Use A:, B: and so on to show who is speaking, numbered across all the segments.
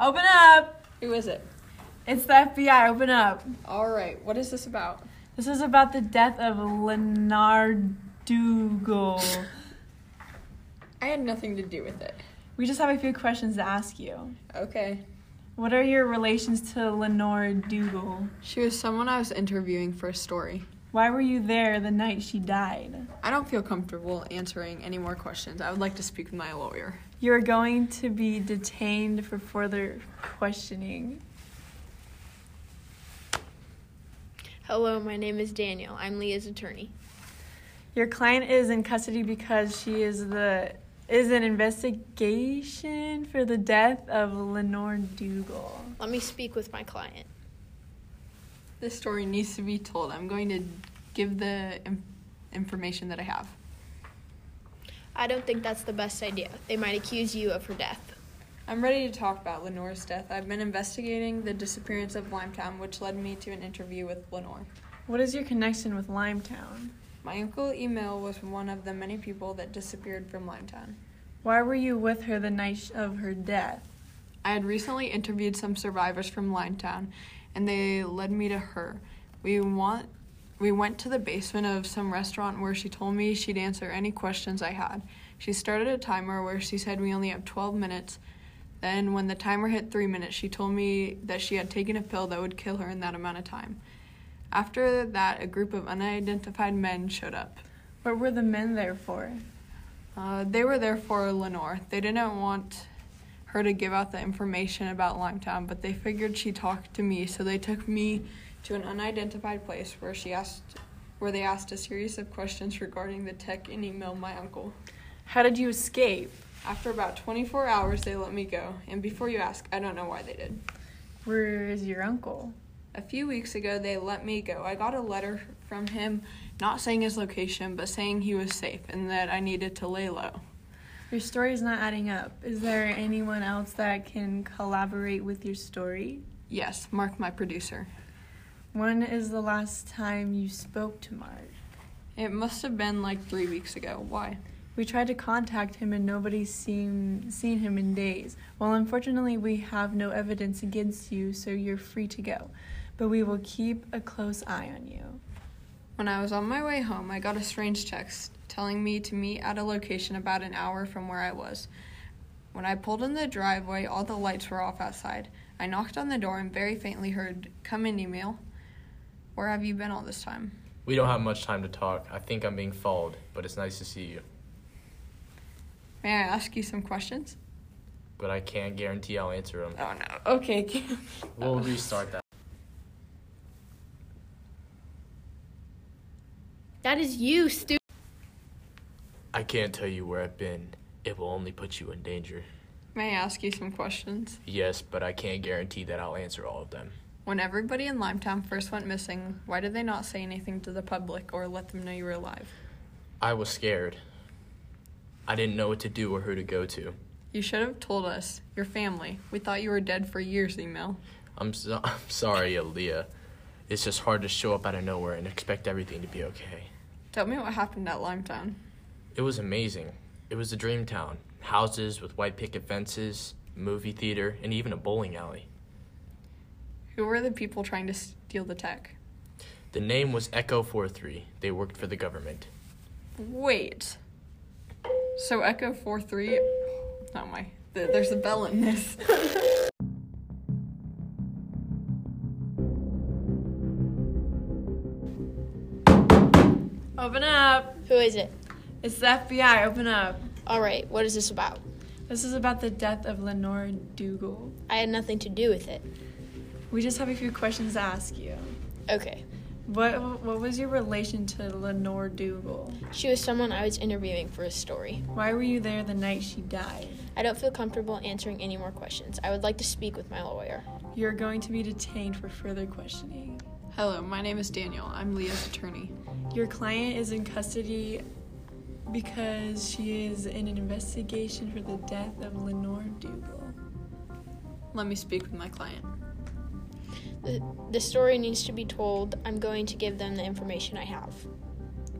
A: Open up!
B: Who is it?
A: It's the FBI. Open up.
B: All right. What is this about?
A: This is about the death of Leonard Dougal.
B: I had nothing to do with it.
A: we just have a few questions to ask you.
B: Okay.
A: What are your relations to Lenore Dougal?
B: She was someone I was interviewing for a story.
A: Why were you there the night she died?
B: I don't feel comfortable answering any more questions. I would like to speak with my lawyer.
A: You're going to be detained for further questioning.
C: Hello, my name is Daniel. I'm Leah's attorney.
A: Your client is in custody because she is the is an investigation for the death of Lenore Dougal.
C: Let me speak with my client.
B: This story needs to be told. I'm going to give the in- information that I have.
C: I don't think that's the best idea. They might accuse you of her death.
B: I'm ready to talk about Lenore's death. I've been investigating the disappearance of Limetown, which led me to an interview with Lenore.
A: What is your connection with Limetown?
B: My uncle Emil was one of the many people that disappeared from Limetown.
A: Why were you with her the night sh- of her death?
B: I had recently interviewed some survivors from Limetown, and they led me to her. We want we went to the basement of some restaurant where she told me she'd answer any questions I had. She started a timer where she said we only have 12 minutes. Then when the timer hit 3 minutes, she told me that she had taken a pill that would kill her in that amount of time. After that, a group of unidentified men showed up.
A: What were the men there for?
B: Uh, they were there for Lenore. They didn't want her to give out the information about Limetown, but they figured she talked to me, so they took me to an unidentified place where she asked, where they asked a series of questions regarding the tech and email my uncle.
A: How did you escape?
B: After about 24 hours, they let me go, and before you ask, I don't know why they did.
A: Where is your uncle?
B: A few weeks ago, they let me go. I got a letter from him, not saying his location, but saying he was safe and that I needed to lay low.
A: Your story is not adding up. Is there anyone else that can collaborate with your story?
B: Yes, Mark, my producer.
A: When is the last time you spoke to Mark?
B: It must have been like three weeks ago. Why?
A: We tried to contact him and nobody's seen, seen him in days. Well, unfortunately, we have no evidence against you, so you're free to go. But we will keep a close eye on you.
B: When I was on my way home, I got a strange text telling me to meet at a location about an hour from where I was. When I pulled in the driveway, all the lights were off outside. I knocked on the door and very faintly heard, Come in, email. Where have you been all this time?
D: We don't have much time to talk. I think I'm being followed, but it's nice to see you.
B: May I ask you some questions?
D: But I can't guarantee I'll answer them.
B: Oh no. Okay.
D: We'll restart that.
C: That is you, Stu.
D: I can't tell you where I've been. It will only put you in danger.
B: May I ask you some questions?
D: Yes, but I can't guarantee that I'll answer all of them.
B: When everybody in Limetown first went missing, why did they not say anything to the public or let them know you were alive?
D: I was scared. I didn't know what to do or who to go to.
B: You should have told us, your family. We thought you were dead for years, email.
D: I'm, so- I'm sorry, Aaliyah. It's just hard to show up out of nowhere and expect everything to be okay.
B: Tell me what happened at Limetown.
D: It was amazing. It was a dream town. Houses with white picket fences, movie theater, and even a bowling alley.
B: Who were the people trying to steal the tech?
D: The name was Echo 43. They worked for the government.
B: Wait. So Echo 43. Oh my. th- There's a bell in this.
A: Open up!
C: Who is it?
A: It's the FBI. Open up.
C: All right. What is this about?
A: This is about the death of Lenore Dougal.
C: I had nothing to do with it.
A: We just have a few questions to ask you.
C: Okay.
A: What what was your relation to Lenore Dougal?
C: She was someone I was interviewing for a story.
A: Why were you there the night she died?
C: I don't feel comfortable answering any more questions. I would like to speak with my lawyer.
A: You're going to be detained for further questioning.
B: Hello, my name is Daniel. I'm Leah's attorney.
A: Your client is in custody because she is in an investigation for the death of Lenore Dougal.
B: Let me speak with my client.
C: The, the story needs to be told. I'm going to give them the information I have.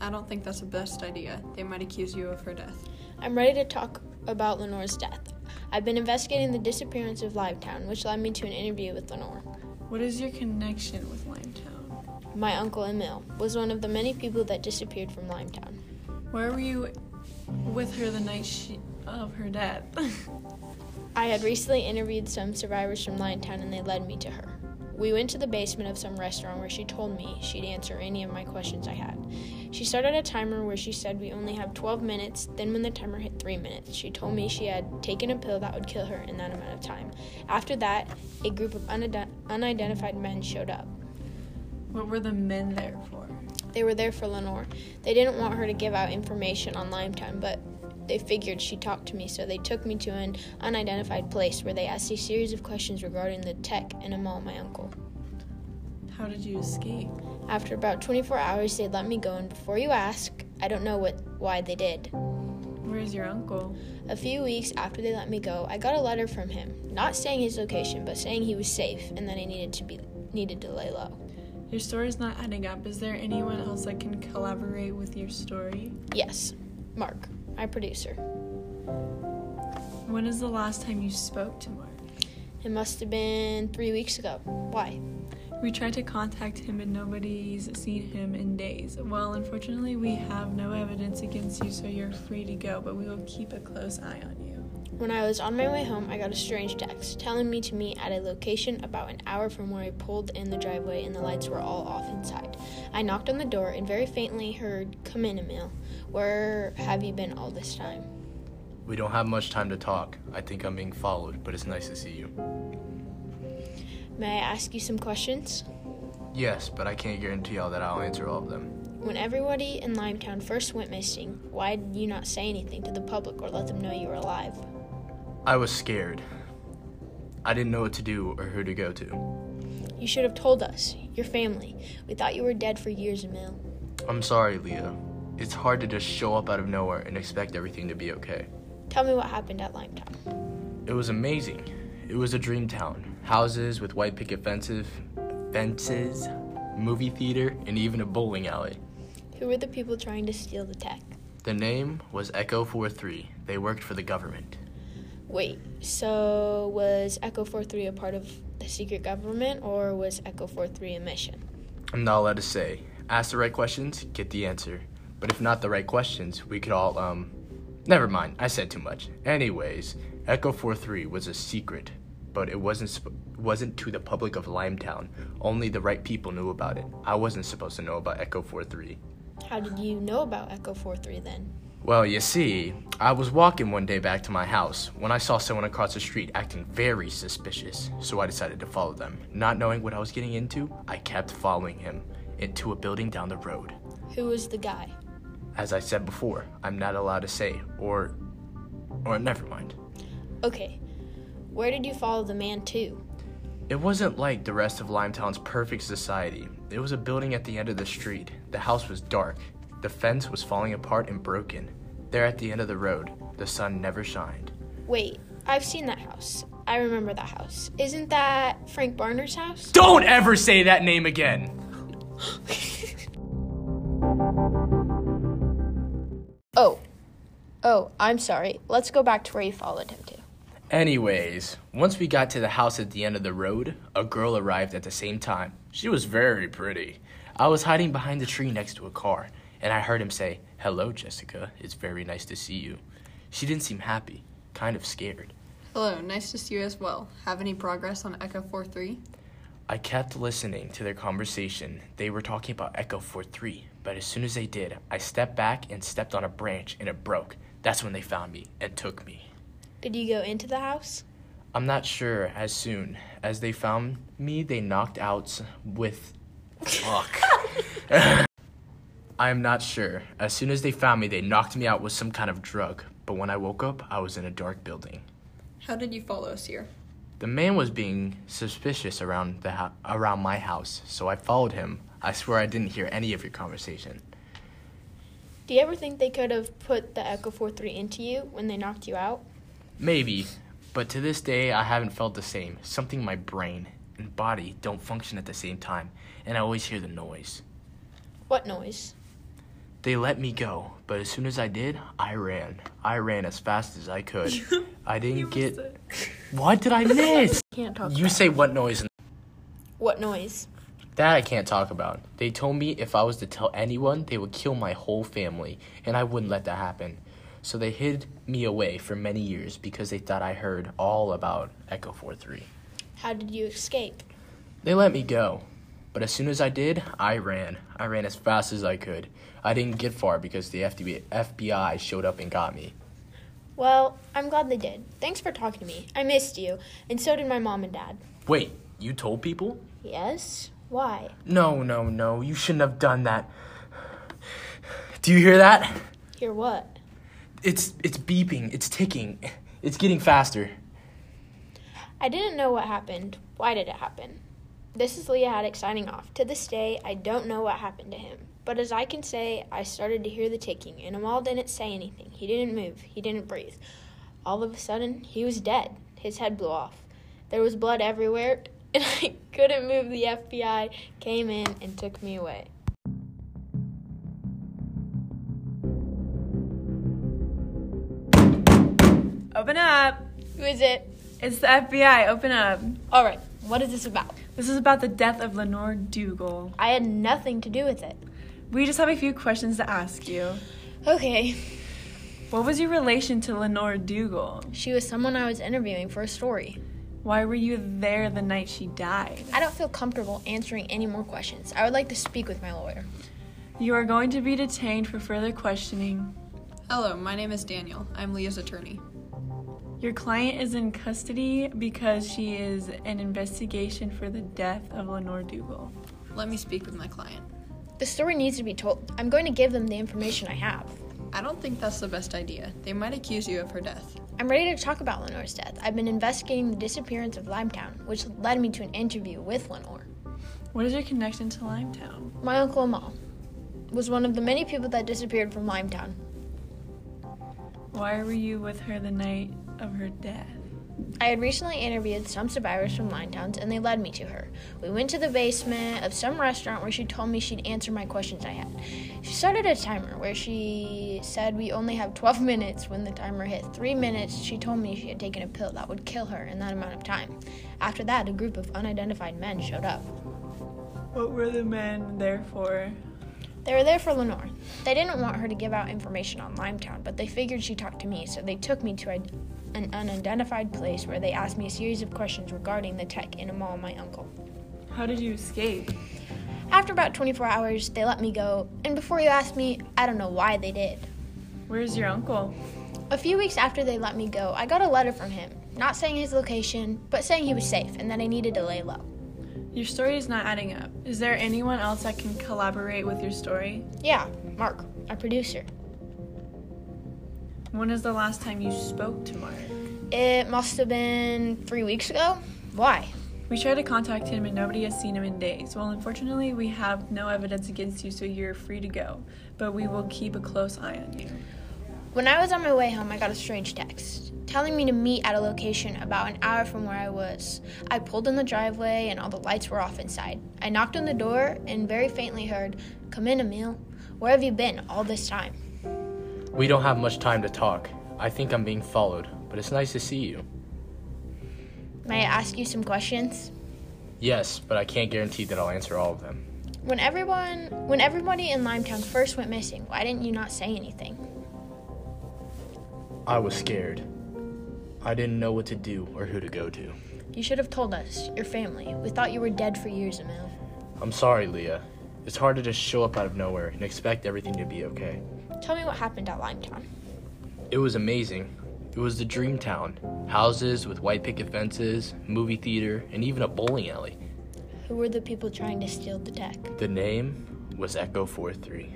B: I don't think that's the best idea. They might accuse you of her death.
C: I'm ready to talk about Lenore's death. I've been investigating the disappearance of Livetown, which led me to an interview with Lenore.
A: What is your connection with Limetown?
C: My uncle Emil was one of the many people that disappeared from Limetown.
A: Where were you with her the night she, of her death?
C: I had recently interviewed some survivors from Liontown and they led me to her. We went to the basement of some restaurant where she told me she'd answer any of my questions I had. She started a timer where she said we only have 12 minutes, then, when the timer hit 3 minutes, she told me she had taken a pill that would kill her in that amount of time. After that, a group of unide- unidentified men showed up.
A: what were the men there for?
C: They were there for Lenore. They didn't want her to give out information on Limetown, but they figured she talked to me, so they took me to an unidentified place where they asked a series of questions regarding the tech and Amal, my uncle.
A: How did you escape?
C: After about 24 hours, they let me go, and before you ask, I don't know what why they did.
A: Where's your uncle?
C: A few weeks after they let me go, I got a letter from him, not saying his location, but saying he was safe and that I needed to be needed to lay low.
A: Your story's not adding up. Is there anyone else that can collaborate with your story?
C: Yes, Mark, my producer.
A: When is the last time you spoke to Mark?
C: It must have been three weeks ago. Why?
A: We tried to contact him and nobody's seen him in days. Well, unfortunately, we have no evidence against you, so you're free to go, but we will keep a close eye on you.
C: When I was on my way home, I got a strange text telling me to meet at a location about an hour from where I pulled in the driveway and the lights were all off inside. I knocked on the door and very faintly heard, Come in, Emil. Where have you been all this time?
D: We don't have much time to talk. I think I'm being followed, but it's nice to see you.
C: May I ask you some questions?
D: Yes, but I can't guarantee y'all that I'll answer all of them.
C: When everybody in Limetown first went missing, why did you not say anything to the public or let them know you were alive?
D: I was scared. I didn't know what to do or who to go to.
C: You should have told us, your family. We thought you were dead for years, Emil.
D: I'm sorry, Leah. It's hard to just show up out of nowhere and expect everything to be okay.
C: Tell me what happened at Limetown.
D: It was amazing. It was a dream town. Houses with white picket fences, fences, movie theater, and even a bowling alley.
C: Who were the people trying to steal the tech?
D: The name was Echo 43. They worked for the government.
C: Wait, so was Echo 43 a part of the secret government or was Echo 43 a mission?
D: I'm not allowed to say. Ask the right questions, get the answer. But if not the right questions, we could all, um. Never mind, I said too much. Anyways, Echo 43 was a secret, but it wasn't sp- wasn't to the public of Limetown. Only the right people knew about it. I wasn't supposed to know about Echo 43.
C: How did you know about Echo 43 then?
D: Well, you see, I was walking one day back to my house when I saw someone across the street acting very suspicious, so I decided to follow them. Not knowing what I was getting into, I kept following him into a building down the road.
C: Who was the guy?
D: As I said before, I'm not allowed to say, or. or never mind.
C: Okay, where did you follow the man to?
D: It wasn't like the rest of Limetown's perfect society. It was a building at the end of the street. The house was dark. The fence was falling apart and broken. There at the end of the road, the sun never shined.
C: Wait, I've seen that house. I remember that house. Isn't that Frank Barner's house?
D: Don't ever say that name again!
C: Oh, oh, I'm sorry. Let's go back to where you followed him to.
D: Anyways, once we got to the house at the end of the road, a girl arrived at the same time. She was very pretty. I was hiding behind the tree next to a car, and I heard him say, Hello, Jessica. It's very nice to see you. She didn't seem happy, kind of scared.
B: Hello, nice to see you as well. Have any progress on Echo 43?
D: I kept listening to their conversation. They were talking about Echo 43, but as soon as they did, I stepped back and stepped on a branch, and it broke. That's when they found me and took me.
C: Did you go into the house?
D: I'm not sure as soon as they found me, they knocked out s- with. Fuck. I am not sure. As soon as they found me, they knocked me out with some kind of drug. But when I woke up, I was in a dark building.
B: How did you follow us here?
D: The man was being suspicious around the ho- around my house, so I followed him. I swear I didn't hear any of your conversation.
C: Do you ever think they could have put the Echo 43 into you when they knocked you out?
D: Maybe, but to this day, I haven't felt the same. Something in my brain and body don't function at the same time, and I always hear the noise.
C: What noise?
D: They let me go, but as soon as I did, I ran. I ran as fast as I could. I
A: You
D: didn't get.
A: missed it.
D: What did I miss?
C: Can't talk.
D: you say what noise? and
C: What noise?
D: That I can't talk about. They told me if I was to tell anyone, they would kill my whole family, and I wouldn't let that happen. So they hid me away for many years because they thought I heard all about Echo 43.
C: How did you escape?
D: They let me go. But as soon as I did, I ran. I ran as fast as I could. I didn't get far because the FDB FBI showed up and got me.
C: Well, I'm glad they did. Thanks for talking to me. I missed you, and so did my mom and dad.
D: Wait, you told people?
C: Yes? Why?
D: No, no, no. You shouldn't have done that. Do you hear that?
C: Hear what?
D: It's it's beeping. It's ticking. It's getting faster.
C: I didn't know what happened. Why did it happen? This is Leah Haddock signing off. To this day, I don't know what happened to him. But as I can say, I started to hear the ticking, and Amal didn't say anything. He didn't move. He didn't breathe. All of a sudden, he was dead. His head blew off. There was blood everywhere, and I couldn't move. The FBI came in and took me away.
A: Open up.
C: Who is it?
A: It's the FBI. Open up.
C: All right, what is this about?
A: This is about the death of Lenore Dougal.
C: I had nothing to do with it.
A: We just have a few questions to ask you.
C: Okay.
A: What was your relation to Lenore Dougal?
C: She was someone I was interviewing for a story.
A: Why were you there the night she died?
C: I don't feel comfortable answering any more questions. I would like to speak with my lawyer.
A: You are going to be detained for further questioning.
B: Hello, my name is Daniel. I'm Leah's attorney.
A: Your client is in custody because she is an investigation for the death of Lenore Dougal.
B: Let me speak with my client.
C: The story needs to be told. I'm going to give them the information I have.
B: I don't think that's the best idea. They might accuse you of her death.
C: I'm ready to talk about Lenore's death. I've been investigating the disappearance of Limetown, which led me to an interview with Lenore.
A: What is your connection to Limetown?
C: My uncle Amal was one of the many people that disappeared from Limetown.
A: Why were you with her the night of her death?
C: I had recently interviewed some survivors from Linetowns and they led me to her. We went to the basement of some restaurant where she told me she'd answer my questions I had. She started a timer where she said we only have 12 minutes. When the timer hit 3 minutes, she told me she had taken a pill that would kill her in that amount of time. After that, a group of unidentified men showed up.
A: What were the men there for?
C: They were there for Lenore. They didn't want her to give out information on Limetown, but they figured she talked to me, so they took me to a, an unidentified place where they asked me a series of questions regarding the tech in a mall my uncle.
A: How did you escape?
C: After about 24 hours, they let me go, and before you ask me, I don't know why they did.
A: Where's your uncle?
C: A few weeks after they let me go, I got a letter from him, not saying his location, but saying he was safe and that I needed to lay low.
A: Your story is not adding up. Is there anyone else that can collaborate with your story?
C: Yeah, Mark, our producer.
A: When is the last time you spoke to Mark?
C: It must have been three weeks ago. Why?
A: We tried to contact him and nobody has seen him in days. Well, unfortunately, we have no evidence against you, so you're free to go. But we will keep a close eye on you.
C: When I was on my way home, I got a strange text telling me to meet at a location about an hour from where I was. I pulled in the driveway and all the lights were off inside. I knocked on the door and very faintly heard, Come in, Emil. Where have you been all this time?
D: We don't have much time to talk. I think I'm being followed, but it's nice to see you.
C: May I ask you some questions?
D: Yes, but I can't guarantee that I'll answer all of them.
C: When everyone, when everybody in Limetown first went missing, why didn't you not say anything?
D: I was scared. I didn't know what to do or who to go to.
C: You should have told us, your family. We thought you were dead for years, Emil.
D: I'm sorry, Leah. It's hard to just show up out of nowhere and expect everything to be okay.
C: Tell me what happened at Limetown.
D: It was amazing. It was the dream town. Houses with white picket fences, movie theater, and even a bowling alley.
C: Who were the people trying to steal the tech?
D: The name was Echo 43.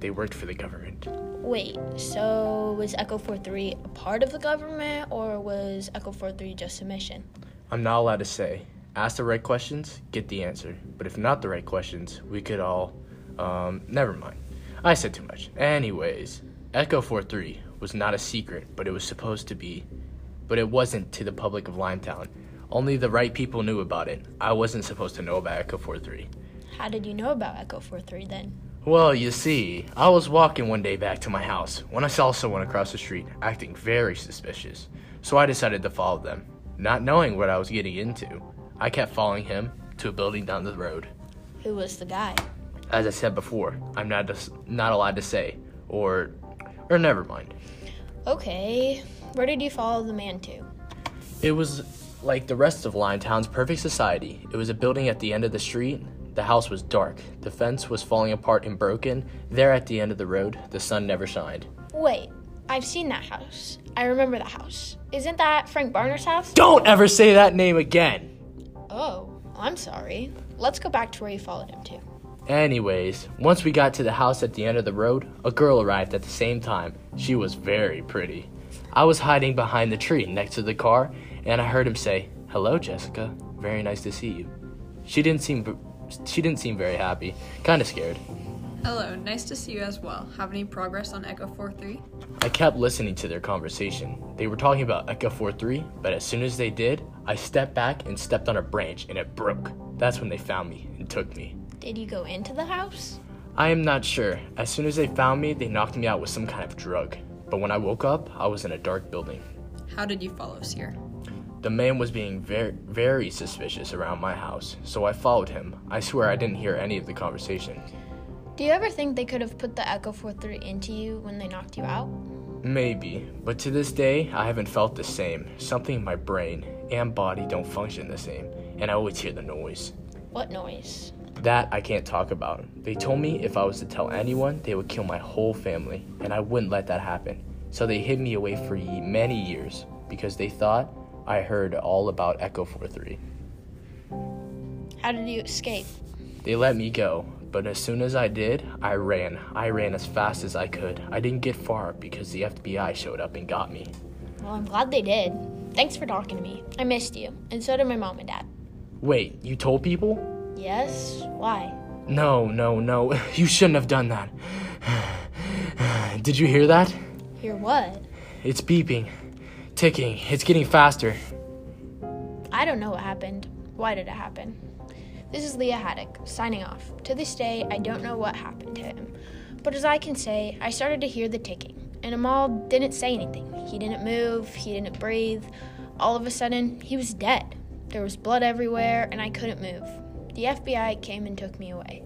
D: They worked for the government.
C: Wait, so was Echo 43 a part of the government, or was Echo 43 just a mission?
D: I'm not allowed to say. Ask the right questions, get the answer. But if not the right questions, we could all. Um, never mind. I said too much. Anyways, Echo 43 was not a secret, but it was supposed to be. But it wasn't to the public of Limetown. Only the right people knew about it. I wasn't supposed to know about Echo 43.
C: How did you know about Echo 43 then?
D: Well, you see, I was walking one day back to my house when I saw someone across the street acting very suspicious. so I decided to follow them, not knowing what I was getting into. I kept following him to a building down the road.
C: Who was the guy?
D: As I said before, I'm not dis- not allowed to say, or, or never mind.
C: Okay. Where did you follow the man to?
D: It was like the rest of Liontown's perfect society. It was a building at the end of the street. The house was dark. The fence was falling apart and broken. There at the end of the road, the sun never shined.
C: Wait, I've seen that house. I remember that house. Isn't that Frank Barner's house?
D: Don't ever say that name again!
C: Oh, I'm sorry. Let's go back to where you followed him to.
D: Anyways, once we got to the house at the end of the road, a girl arrived at the same time. She was very pretty. I was hiding behind the tree next to the car, and I heard him say, "Hello, Jessica. Very nice to see you." She didn't seem v- she didn't seem very happy. Kind of scared.
B: Hello, nice to see you as well. Have any progress on Echo 43?
D: I kept listening to their conversation. They were talking about Echo 43, but as soon as they did, I stepped back and stepped on a branch and it broke. That's when they found me and took me.
C: Did you go into the house?
D: I am not sure. As soon as they found me, they knocked me out with some kind of drug. But when I woke up, I was in a dark building.
B: How did you follow Seer?
D: The man was being very, very suspicious around my house, so I followed him. I swear I didn't hear any of the conversation.
C: Do you ever think they could have put the Echo 43 into you when they knocked you out?
D: Maybe, but to this day, I haven't felt the same. Something in my brain and body don't function the same, and I always hear the noise.
C: What noise?
D: That I can't talk about. They told me if I was to tell anyone, they would kill my whole family, and I wouldn't let that happen. So they hid me away for ye- many years because they thought I heard all about Echo 43.
C: How did you escape?
D: They let me go, but as soon as I did, I ran. I ran as fast as I could. I didn't get far because the FBI showed up and got me.
C: Well, I'm glad they did. Thanks for talking to me. I missed you, and so did my mom and dad.
D: Wait, you told people?
C: Yes? Why?
D: No, no, no. You shouldn't have done that. Did you hear that?
C: Hear what?
D: It's beeping, ticking, it's getting faster.
C: I don't know what happened. Why did it happen? This is Leah Haddock, signing off. To this day, I don't know what happened to him. But as I can say, I started to hear the ticking, and Amal didn't say anything. He didn't move, he didn't breathe. All of a sudden, he was dead. There was blood everywhere, and I couldn't move. The FBI came and took me away.